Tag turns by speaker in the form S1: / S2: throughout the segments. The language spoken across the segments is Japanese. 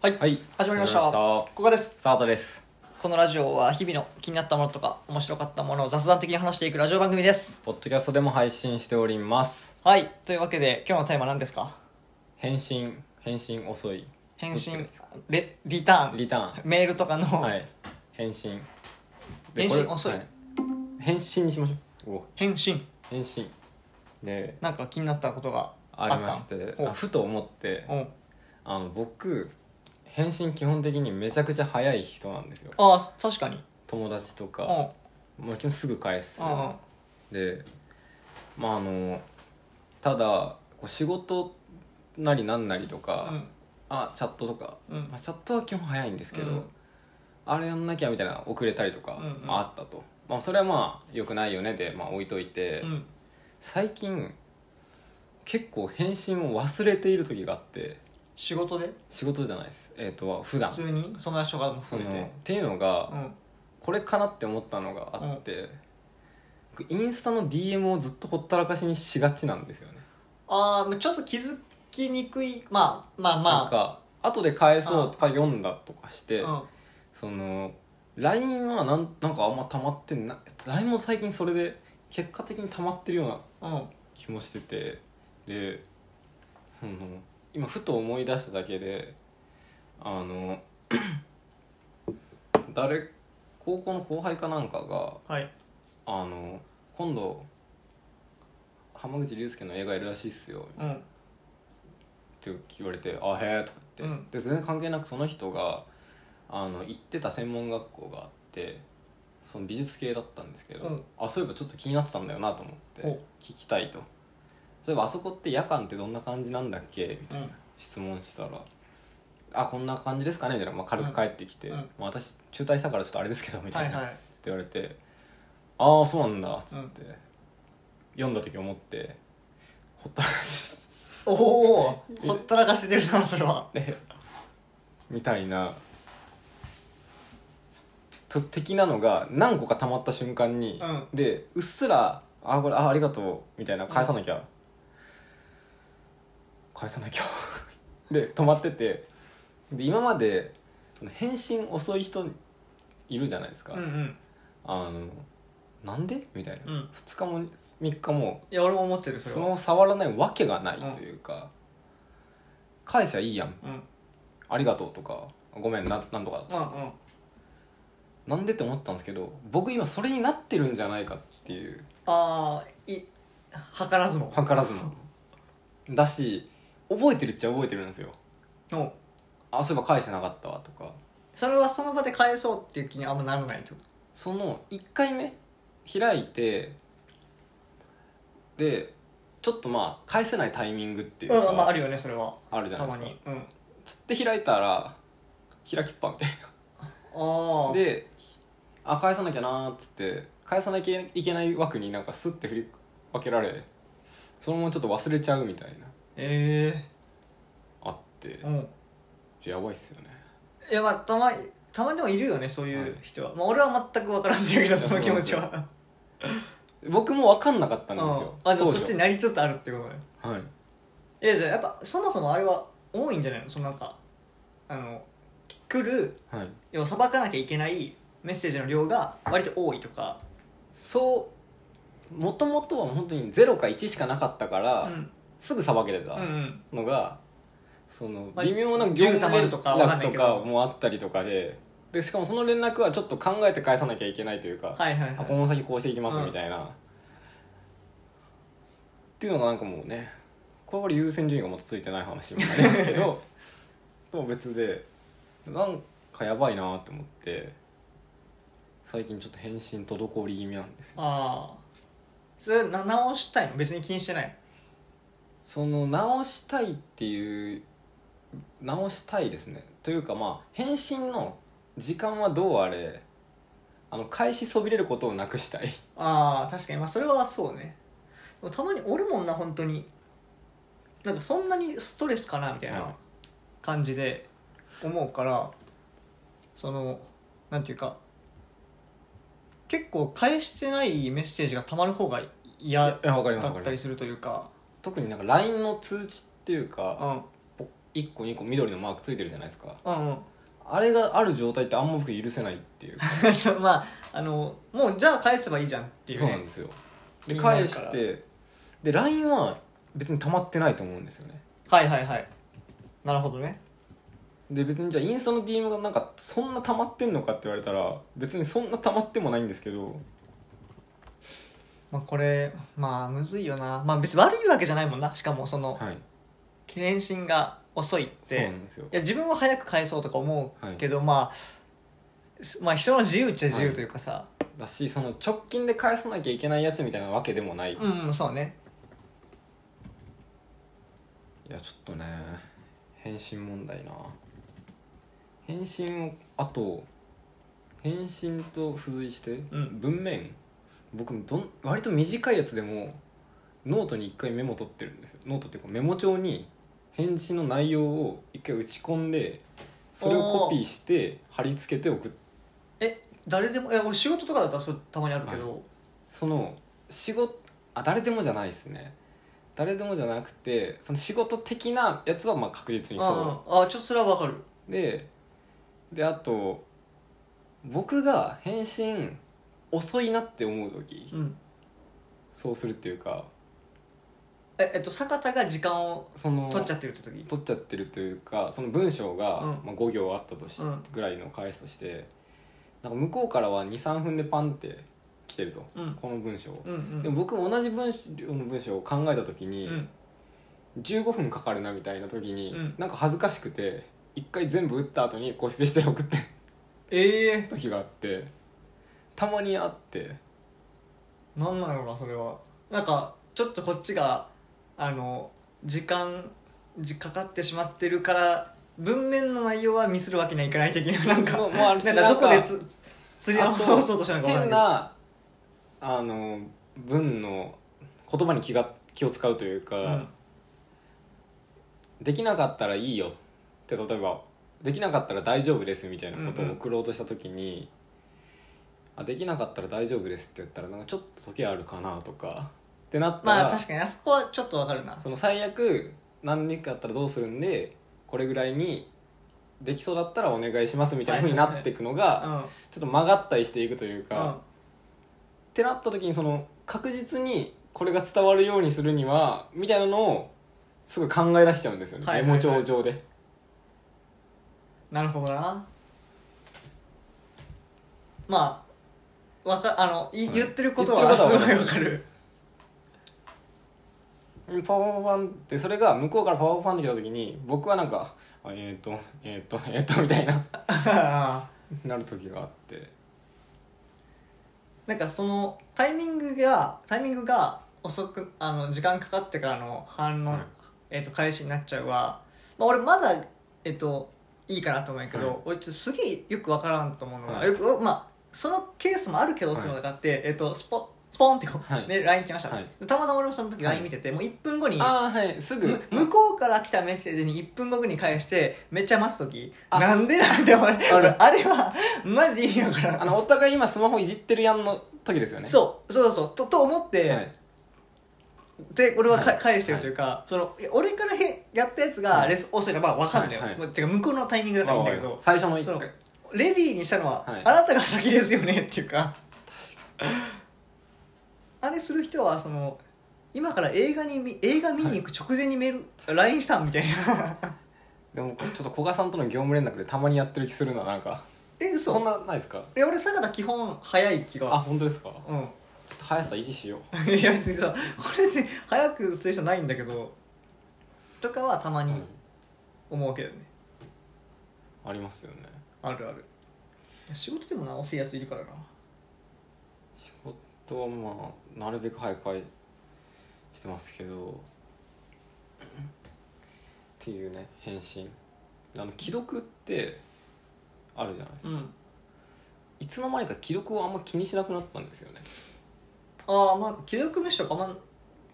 S1: はい、
S2: はい
S1: 始まりました
S2: 始まりました
S1: ここです
S2: スタートです
S1: このラジオは日々の気になったものとか面白かったものを雑談的に話していくラジオ番組です
S2: ポッドキャストでも配信しております
S1: はいというわけで今日のテーマは何ですか
S2: 返信返信遅い
S1: 返
S2: どっ
S1: 信
S2: ち
S1: レリターン
S2: リター
S1: メールとかの、
S2: ンはい返信で
S1: 返信
S2: これ
S1: 遅い
S2: は返信にしましょうお
S1: 返信
S2: 返信で
S1: なんか気になったことがあ
S2: あ
S1: った
S2: りまして
S1: お
S2: あふと思って
S1: お
S2: あの僕返信基本的にめちゃくちゃ早い人なんですよ
S1: あ確かに
S2: 友達とか
S1: おお
S2: もちろんすぐ返す
S1: お
S2: でまああのただこう仕事なりなんなりとか、あチャットとか、
S1: うん
S2: まあ、チャットは基本早いんですけど、
S1: うん
S2: あれやんなきゃみたいな遅れたりとか、
S1: うんうん
S2: まあ、あったと、まあ、それはまあ良くないよねで、まあ、置いといて、
S1: うん
S2: 最近結構返信を忘れている時があって
S1: 仕事で
S2: 仕事じゃないですえっ、と普段
S1: 普通に友達とかも
S2: そ
S1: 含
S2: の
S1: め
S2: ってていうのが、
S1: うん
S2: これかなって思ったのがあって、僕インスタの DM をずっとほったらかしにしがちなんですよね
S1: ああちょっと気づきにくいまあまあ
S2: なん
S1: ま
S2: か後で返そうとか読んだとかして、
S1: あ
S2: その LINE はなんなんかあんま溜まってんな LINE も最近それで結果的に溜まってるような
S1: うんうん
S2: 気もしててでその今ふと思い出しただけであの 誰高校の後輩かなんかが
S1: はい
S2: あの今度浜口竜介の映画やるらしいっすよ
S1: うん
S2: って言われて「あへえ」とか言って、
S1: うん
S2: で全然関係なくその人があの行ってた専門学校があってその美術系だったんですけど、
S1: うん
S2: あそういえばちょっと気になってたんだよなと思って
S1: お
S2: 聞きたいとそういえばあそこって夜間ってどんな感じなんだっけみたいな
S1: うん
S2: 質問したら「あこんな感じですかね」みたいな、まあ、軽く返ってきて「
S1: うんうん
S2: まあ、私中退したからちょっとあれですけど」みた
S1: はいい
S2: な、
S1: はい
S2: って言われて「ああそうなんだ」っつって、読んだ時思ってほったらかし
S1: おおほったらかしてるなそれは
S2: で みたいなと的なのが何個か溜まった瞬間に、
S1: う
S2: でうっすら「あこれあありがとう」みたいな返さなきゃ、返さなきゃ で止まっててで今までその返信遅い人いるじゃないですか、
S1: うんうん
S2: あのなんでみたいな、
S1: うん
S2: 2日も3日も
S1: いや俺も思ってるそれ
S2: ス
S1: は
S2: マホ触らないわけがないというか、返せばいいやん
S1: うんうん
S2: ありがとうとかごめんななんとか
S1: うん
S2: なんでって思ったんですけど僕今それになってるんじゃないかっていう
S1: ああい図らずも
S2: 図らずもだし覚えてるっちゃ覚えてるんですよ
S1: うん
S2: あそういえば返してなかったわとか
S1: それはその場で返そうっていう気にあんまならないってこ
S2: その1回目開いてでちょっとまあ返せないタイミングっていう
S1: と
S2: か、
S1: うんまああるよねそれは
S2: あるじゃな
S1: た
S2: いで
S1: ます
S2: か
S1: にうん
S2: つって開いたら開きっぱみたいな
S1: ああ
S2: であ返さなきゃなーっつって返さなきゃいけない枠になんかスッて振り分けられそのままちょっと忘れちゃうみたいな
S1: え
S2: あっ
S1: え
S2: て
S1: うん
S2: ちょやばいっすよね
S1: いやまあたまたまにでもいるよねそういう人はまあ俺は全く分からんっていうけどその気持ちは
S2: 僕も分かんなかったんです
S1: うん
S2: よ
S1: あでも
S2: 当時
S1: そっちになりつつあるってことね
S2: はい
S1: えじゃあやっぱそもそもあれは多いんじゃないのそのなんかあの来る
S2: はい
S1: 要はさばかなきゃいけないメッセージの量が割と多いとか
S2: そうもともとは本当に0か1しかなかったから、
S1: うん
S2: すぐさばけてた
S1: うんうん
S2: のが、その
S1: まあ
S2: 微妙な
S1: 10溜まるとかわかん
S2: 絡
S1: ない
S2: と
S1: け
S2: か
S1: ど
S2: もあったりとかででしかもその連絡はちょっと考えて返さなきゃいけないというか、
S1: はいはい
S2: あ
S1: は
S2: こ
S1: い
S2: の先こうしていきます
S1: うん
S2: みたいな、っていうのがなんかもうねこれ優先順位がまたついてない話もありますけ どとも別でなんかやばいなって思って最近ちょっと返信滞り気味なんですよ
S1: ああそれな直したいの別に気にしてない
S2: その直したいっていう直したいですねというかまあ返信の時間はどうあれあの返しそびれることをなくしたい
S1: ああ確かにまあそれはそうねでもたまにおるもんな本当になんかそんなにストレスかなみたい
S2: うん
S1: な感じで思うからそのなんていうか結構返してないメッセージがたまる方が嫌
S2: いやわかります
S1: だ
S2: わか
S1: った
S2: りま
S1: り
S2: す
S1: するというか
S2: 特になんか LINE の通知っていうか、
S1: うん
S2: ポ1個2個緑のマークついてるじゃないですか
S1: うんうん
S2: あれがある状態ってあんま僕許せないっ ていう
S1: そうまああのもうじゃあ返せばいいじゃんっていう
S2: そうなん
S1: ね
S2: ですよで
S1: 気にな
S2: 返
S1: るから
S2: してで LINE は別に溜まってないと思うんですよね
S1: はいはいはいなるほどね
S2: で別にじゃあインスタの DM がなんかそんな溜まってんのかって言われたら別にそんな溜まってもないんですけど
S1: まあこれまあむずいよなまあ別に悪いわけじゃないもんなしかもその
S2: はい
S1: 返信が遅いっ
S2: そうな
S1: て
S2: んですよ
S1: いや自分は早く返そうとか思うけど、まあすまあ人の自由っちゃ自由というかさ、
S2: だしその直近で返さなきゃいけないやつみたいなわけでもない、い
S1: うんうんそうね
S2: やちょっとね返信問題な返信をあと返信と付随して、
S1: うん
S2: 文面僕どん割と短いやつでもノートに1回メモ取ってるんですよノートっていうかメモ帳に返信の内容を1回打ち込んでそれをコピーして貼り付けて送って
S1: え誰でもえ俺仕事とかだったらそれたまにあるけど、
S2: その仕事あ誰でもじゃないですね誰でもじゃなくてその仕事的なやつはまあ確実にそ
S1: ああちょっとそれはわかる
S2: うでであと僕が返信遅いなって思う時
S1: うん
S2: そうするっていうか
S1: ええっと坂田が時間を
S2: その
S1: 取っちゃってるって時
S2: 取っちゃってるというかその文章が、
S1: うん
S2: まあ、5行あったとし、
S1: うん
S2: ぐらいの返すとしてなんか向こうからは23分でパンって来てると、
S1: うん
S2: この文章を、
S1: うんうん
S2: でも僕同じ文章の文章を考えた時
S1: う
S2: に、
S1: ん
S2: 15分かかるなみたいな時に、
S1: うん
S2: なんか恥ずかしくて一回全部打った後にコピペして送ってる
S1: ええ
S2: 時があってたまにあって
S1: なんなのかなそれはなんかちょっとこっちがあの時間じかかってしまってるから文面の内容はミスるわけにはいかない的ななんか
S2: もうもうあれ
S1: なん
S2: な
S1: か
S2: ん
S1: ど
S2: か
S1: こでつつ釣り合わそうとしたのかわか
S2: 変
S1: んない
S2: なあの文の言葉に気が気を使うというか、
S1: けど、うん
S2: できなかったらいいよって例えばできなかったら大丈夫ですみたいなことを送ろうとした時に、あできなかったら大丈夫ですって言ったらなんかちょっと時あるかなとかってなったら、
S1: まあ確かにあそこはちょっとわかるな
S2: その最悪何日かあったらどうするんでこれぐらいにできそうだったらお願いしますみたいなふうになっていくの
S1: う
S2: が
S1: ん
S2: ちょっと曲がったりしていくというか、
S1: うん
S2: ってなった時にその確実にこれが伝わるようにするにはみたいなのをすごい考え出しちゃうんですよね、
S1: はいはいはい
S2: メモ帳上で
S1: なるほどなまあわかあのい
S2: はい
S1: 言ってること
S2: 言
S1: は
S2: って
S1: す
S2: る
S1: ご
S2: ことはい
S1: わかる
S2: パワパワパンってそれが向こうからパワパワパンって来た時に僕はなんかあえっ、ー、とえっ、と えっ、とみたいな なる時があって
S1: なんかそのタイミングがタイミングが遅くあの時間かかってからの反応、
S2: はい
S1: えっと開始になっちゃうは、まあ、俺まだ、えっといいかなと思うんやけど、
S2: はい
S1: 俺ちょっとすげえよくわからんと思うのが、
S2: はい
S1: よくまあ、そのケースもあるけどっていうのがあって、えっとスポスポンってこう、
S2: はい
S1: ね、LINE 来ました、
S2: はい
S1: でたまたま俺もその時
S2: はい
S1: LINE 見てて、もう1分後に
S2: ああはいすぐ
S1: む向こうから来たメッセージに1分後に返してめっちゃ待つ時
S2: あ
S1: なんでなんで俺
S2: あ
S1: あ
S2: る
S1: れあれはマジで意味わからん
S2: あのお互い今スマホいじってるやんの時ですよね
S1: そうそうそうとと思って、
S2: はい
S1: で俺はか、
S2: はい
S1: 返してるというか、そのいや俺からへやったやつが
S2: はい
S1: レス遅いのはまあ分かんないよ、
S2: はいはい
S1: まあてか向こうのタイミングだからいいんだけ
S2: まあ
S1: ど、
S2: 最初の一
S1: そ
S2: 回
S1: のレビーにしたのは、
S2: はい
S1: あなたが先ですよねっていうかあれする人はその今から映画に見映画見に行く直前にメール、LINE したんみたい な
S2: でもちょっと古賀さんとの業務連絡でたまにやってる気するななんか
S1: え嘘
S2: そんなないですか
S1: いや俺坂田基本早い気
S2: あ
S1: が
S2: 本当ですかちょ
S1: うん
S2: っと速さ維持しよう
S1: いや別にさこれ別に早くする人ないんだけどとかはたま
S2: う
S1: に
S2: ん
S1: 思うわけだよね、
S2: ありますよね
S1: あるある仕事でもな遅いやついるからな
S2: 仕事はまあなるべく早く返してますけどっていうね返信あの既読ってあるじゃないですか、
S1: ん
S2: いつの間にか既読をあんま気にしなくなったんですよね
S1: ああまあ既読無視とかあんま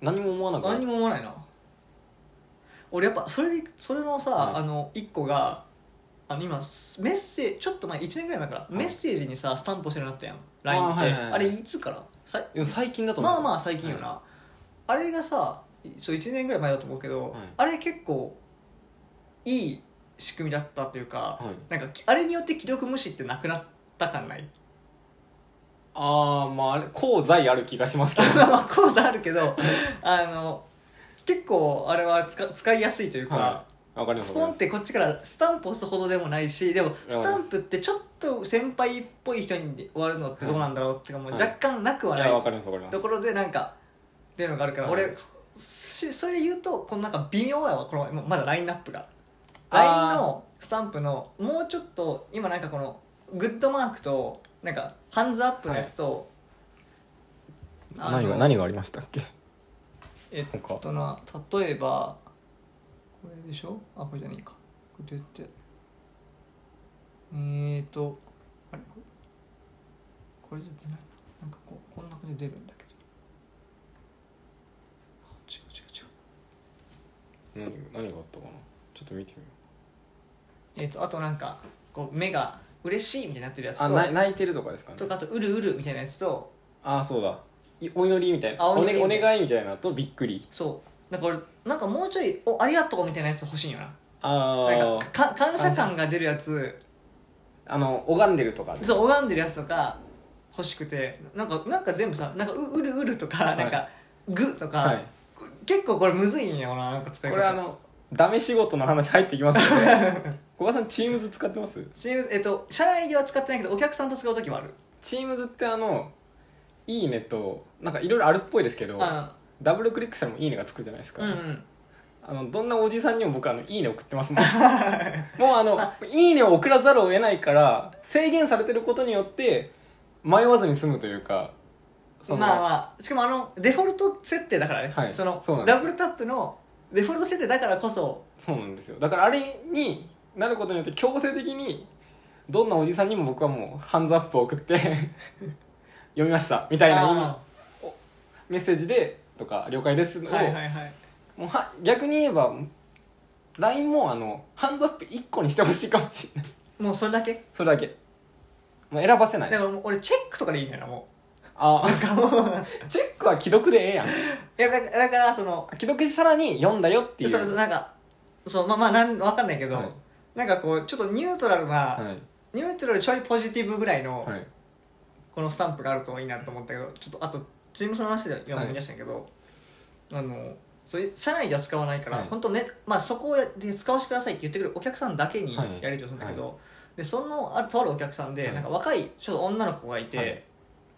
S2: 何も思わなくなっ
S1: 何にも思わないな俺やっぱそれでそれのさ、
S2: はい
S1: あの一個があの今メッセージちょっと前1年ぐらい前からメッセージにさスタンプ押せるようになったやん LINE ってあ,、
S2: はいはいはい
S1: れいつからさい
S2: でも最近だと思
S1: まあ
S2: う
S1: まあ最近よな、あれがさそう1年ぐらい前だと思うけど、
S2: はい
S1: あれ結構いい仕組みだったというか、
S2: はい
S1: なんかあれによって既読無視ってなくなった感ない
S2: ああまああれ功罪ある気がし ますけど
S1: まあまあ講座あるけどあの結構あれは使使いやすいというか、
S2: はいわかります
S1: スポンってこっちからスタンプ押すほどでもないしでもスタンプってちょっと先輩っぽい人に終わるのってどうなんだろうってかもう
S2: はい
S1: 若干なくはいない
S2: やわかりますわかります
S1: ところでなんかっていうのがあるから
S2: は
S1: 俺
S2: い
S1: しそれで言うとこのなんか微妙やわこのもうまだラインナップが
S2: あー
S1: LINE のスタンプのもうちょっと今なんかこのグッドマークとなんかハンズアップのやつと、あの
S2: 何が何がありましたっけ
S1: えっ
S2: なんか
S1: とな例えばこれでしょあこれじゃねえかこれどうやってえーとあれこれこれじゃ出ないななんかこうこんな感じで出るんだけどあ違う違う違う
S2: 何何があったかなちょっと見てみ
S1: え
S2: よ
S1: っ、とあとなんかこう目が嬉しいみたいになってるやつ
S2: うあ
S1: と
S2: な泣いてるとかですかね
S1: とかあとうるうるみたいなやつと
S2: ああそうだいお祈りみたいな
S1: あ
S2: お,、
S1: お祈り
S2: ね、お願いみたいなとびっくり
S1: そうだから俺なんかもうちょい「おありがとう」みたいなやつ欲しいよな
S2: あ
S1: なん
S2: あ
S1: かか感謝感が出るやつ
S2: あの拝んでるとか
S1: そう拝んでるやつとか欲しくてなんかなんか全部さなんかううるうるとか、
S2: い
S1: なんかぐとか、
S2: はい
S1: こ結構これむずいんやろななんか使い方
S2: これあのダメ仕事の話入ってきますよ ね小川さん Teams 使ってます
S1: チームえっと社内では使ってないけどお客さんと使う時もある
S2: Teams ってあの「いいね」となんかいろいろあるっぽいですけど
S1: あ
S2: ダブルクリックしたらもういいねがつくじゃないですか、
S1: うんうん
S2: あのどんなおじさんにも僕あの「いいね」送ってま すもんもうあの「いいね」を送らざるを得ないから制限されてることによって迷わずに済むというか
S1: まあ
S2: あ
S1: まあしかもあのデフォルト設定だからね、
S2: はい
S1: その
S2: そうなんです
S1: ダブルタップのデフォルト設定だからこそ
S2: そうなんですよだからあれになることによって強制的にどんなおじさんにも僕はもうハンズアップを送って 読みましたみたいな
S1: あ
S2: メッセージでとか「了解です」を、
S1: ーはいはいはい
S2: もうは逆に言えば LINE もあのハンズアップ1個にしてほしいかもしれない
S1: もうそれだけ
S2: それだけもう選ばせな
S1: だ
S2: い
S1: からもう俺チェックとかでいいのよなも
S2: あ
S1: うなんかもう
S2: あチェックは既読でええやん
S1: いやだからだからその
S2: 既読さらに読んだよっていう
S1: そうそうなんかそうまあまあなんわかんないけど、
S2: はい
S1: なんかこうちょっとニュートラルな、
S2: はい
S1: ニュートラルちょいポジティブぐらいの
S2: はい
S1: このスタンプがあるといいなと思ったけどちょっとあとチームその話で今思い出したんやけど、あのそれ社内では使わないから、
S2: はい
S1: 本当ねまあそこで使わせてくださいって言ってくるお客さんだけに
S2: は
S1: や
S2: い
S1: り取りするんだけど、でそのあるとあるお客さんで、
S2: はい
S1: なんか若いちょっと女の子がいて、
S2: はい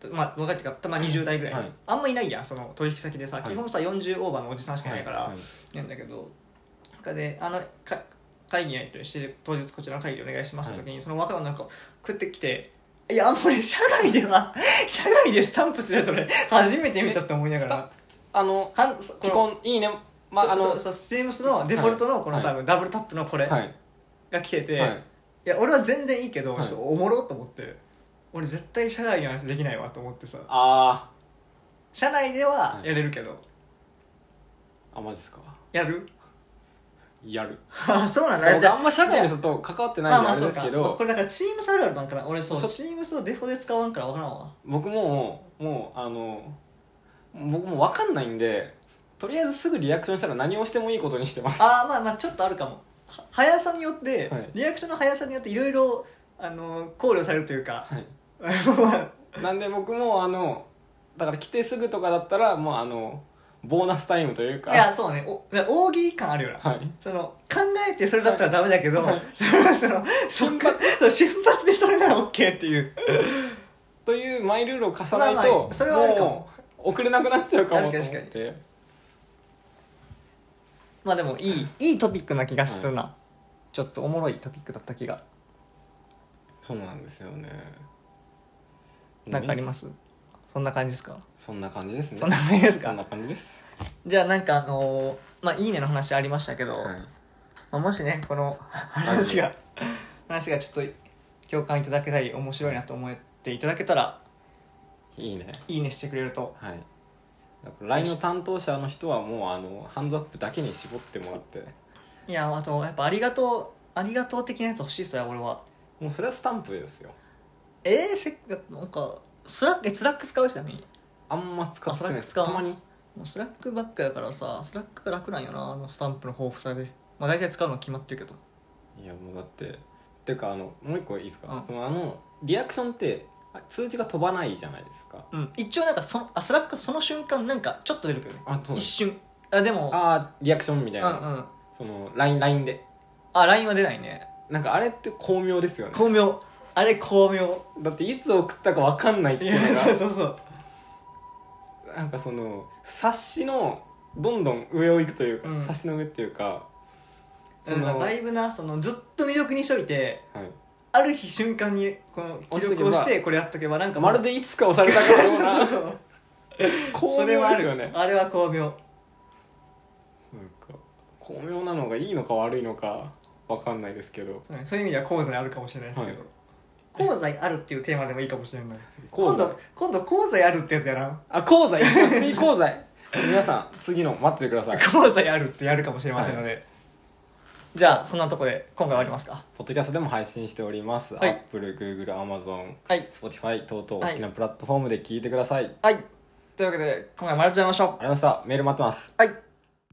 S1: とまあ若いっていうかたまあ20代ぐらい、
S2: はい
S1: あんまいないやんその取引先でさ、
S2: はい
S1: 基本さ40オーバーのおじさんしかいないから、
S2: はい
S1: なんだけどなんかであのか会議やり取りして当日こちらの会議お願いしますって時に、その若い女の子が食ってきて「いやもう俺社外では 社外でスタンプするやつ俺初めて見た」って思いなが
S2: ス
S1: ら
S2: タあの
S1: はんそこ
S2: 既
S1: の
S2: 婚いいねまああ
S1: そ
S2: の
S1: うそうスティームスのデフォルトのこの、
S2: はい
S1: 多分ダブルタップのこれ
S2: はい
S1: が来てて、
S2: はいい、
S1: や俺は全然いいけど、
S2: はい
S1: ちょっとおもろと思って俺絶対社外の話できないわと思ってさ
S2: あ
S1: 社内では
S2: はい
S1: やれるけど、
S2: ーあマジっすか
S1: やる
S2: やる
S1: あそうなん だ
S2: 僕
S1: じゃ
S2: あ
S1: あ
S2: んま社会の人と関わってな
S1: ま
S2: い
S1: あ
S2: んで
S1: まあ
S2: あれ
S1: そ
S2: で
S1: う
S2: す
S1: か
S2: け
S1: まあ
S2: ど
S1: これだからチームスあるあるなんかな俺そう
S2: そ
S1: チームスをデフォで使わんから分からんわ
S2: 僕ももうあの僕も分かんないんでとりあえずすぐリアクションしたら何をしてもいいことにしてます
S1: ああまあまあちょっとあるかもは速さによって、
S2: はい
S1: リアクションの速さによっていろいろあの考慮されるというか
S2: はい
S1: まあ
S2: なんで僕もあのだから来てすぐとかだったらもうあのボーナスタイムというか
S1: いやそうねお大喜利感あるよな、
S2: はい
S1: その考えてそれだったらダメだけど、それはその瞬発瞬発でそれなら OK っていう
S2: というマイルールを貸さないと、
S1: まあまあそれはあるかも
S2: もう送れなくなっちゃうかもと思って
S1: 確かまあでもいいいいトピックな気がするな、ちょっとおもろいトピックだった気が
S2: そうなんですよね
S1: なんかありますすそんな感じですか
S2: そんな感じですね
S1: そんな感じです
S2: そん
S1: か
S2: な感じです、
S1: じゃあなんかあのーまあいいねの話ありましたけど、
S2: はい
S1: まあ、もしねこの話が話がちょっと共感いただけたり面白いなと思っていただけたら
S2: いいね
S1: いいねしてくれると
S2: はいだから LINE の担当者の人はもうあのハンズアップだけに絞ってもらって
S1: いやあとやっぱありがとうありがとう的なやつ欲しいっすよ俺は
S2: もうそれはスタンプですよ
S1: えー、せっかなんかスラックえスラック使うしなみに
S2: あんま使ってない
S1: あそれ使わん
S2: たまに
S1: もうスラックばっかやからさスラックが楽なんよなあのスタンプの豊富さでまあ大体使うのは決まってるけど
S2: いやもうだってっていうかあのもう一個いいですか、
S1: うん
S2: そのあのリアクションってあ通知が飛ばないじゃないですか
S1: うん一応なんかそのあスラックその瞬間なんかちょっと出るけどね
S2: あそう
S1: 一瞬あでも
S2: あーリアクションみた
S1: う
S2: い
S1: んう
S2: な、
S1: ん
S2: その LINE, LINE で
S1: あ LINE は出ないね
S2: なんかあれって巧妙ですよね
S1: 巧妙あれ巧妙
S2: だっていつ送ったか分かんないって
S1: い
S2: いう
S1: や
S2: の
S1: そう
S2: が
S1: そうそう
S2: なんかその冊子のどんどん上を行くというか、
S1: うん
S2: 冊子の上っていうかそ
S1: なん
S2: の、
S1: かだいぶなそのずっと魅力にしといて
S2: はい
S1: ある日瞬間にこの記録をしてこれやっとけばなんか
S2: まる
S1: で
S2: でいつか押されたかのような巧
S1: それは
S2: 妙
S1: あ
S2: ですよ
S1: る
S2: ね
S1: あれは巧妙
S2: なんか巧妙なのがいいのか悪いのか分かんないですけど
S1: うんそういう意味では講座にあるかもしれないですけど、
S2: はい
S1: 講座にあるっていうテーマでもいいかもしれない
S2: 講
S1: 今
S2: 座
S1: 度今度講座にあるってやつや ら
S2: あ講座次講座皆さん次の待っててくだ さい
S1: 講座にあるってやるかもしれませんので、じゃあそんなとこで今回終わりますか
S2: ポッドキャストでも配信しております、
S1: はい
S2: Apple、Google、Amazon、
S1: はい、
S2: Spotify 等々お
S1: はい
S2: 好きなプラットフォームで聞いてください、あり
S1: は
S2: がとう
S1: い、というわけで今回もありがとうございました
S2: ございましたメール待ってます
S1: はい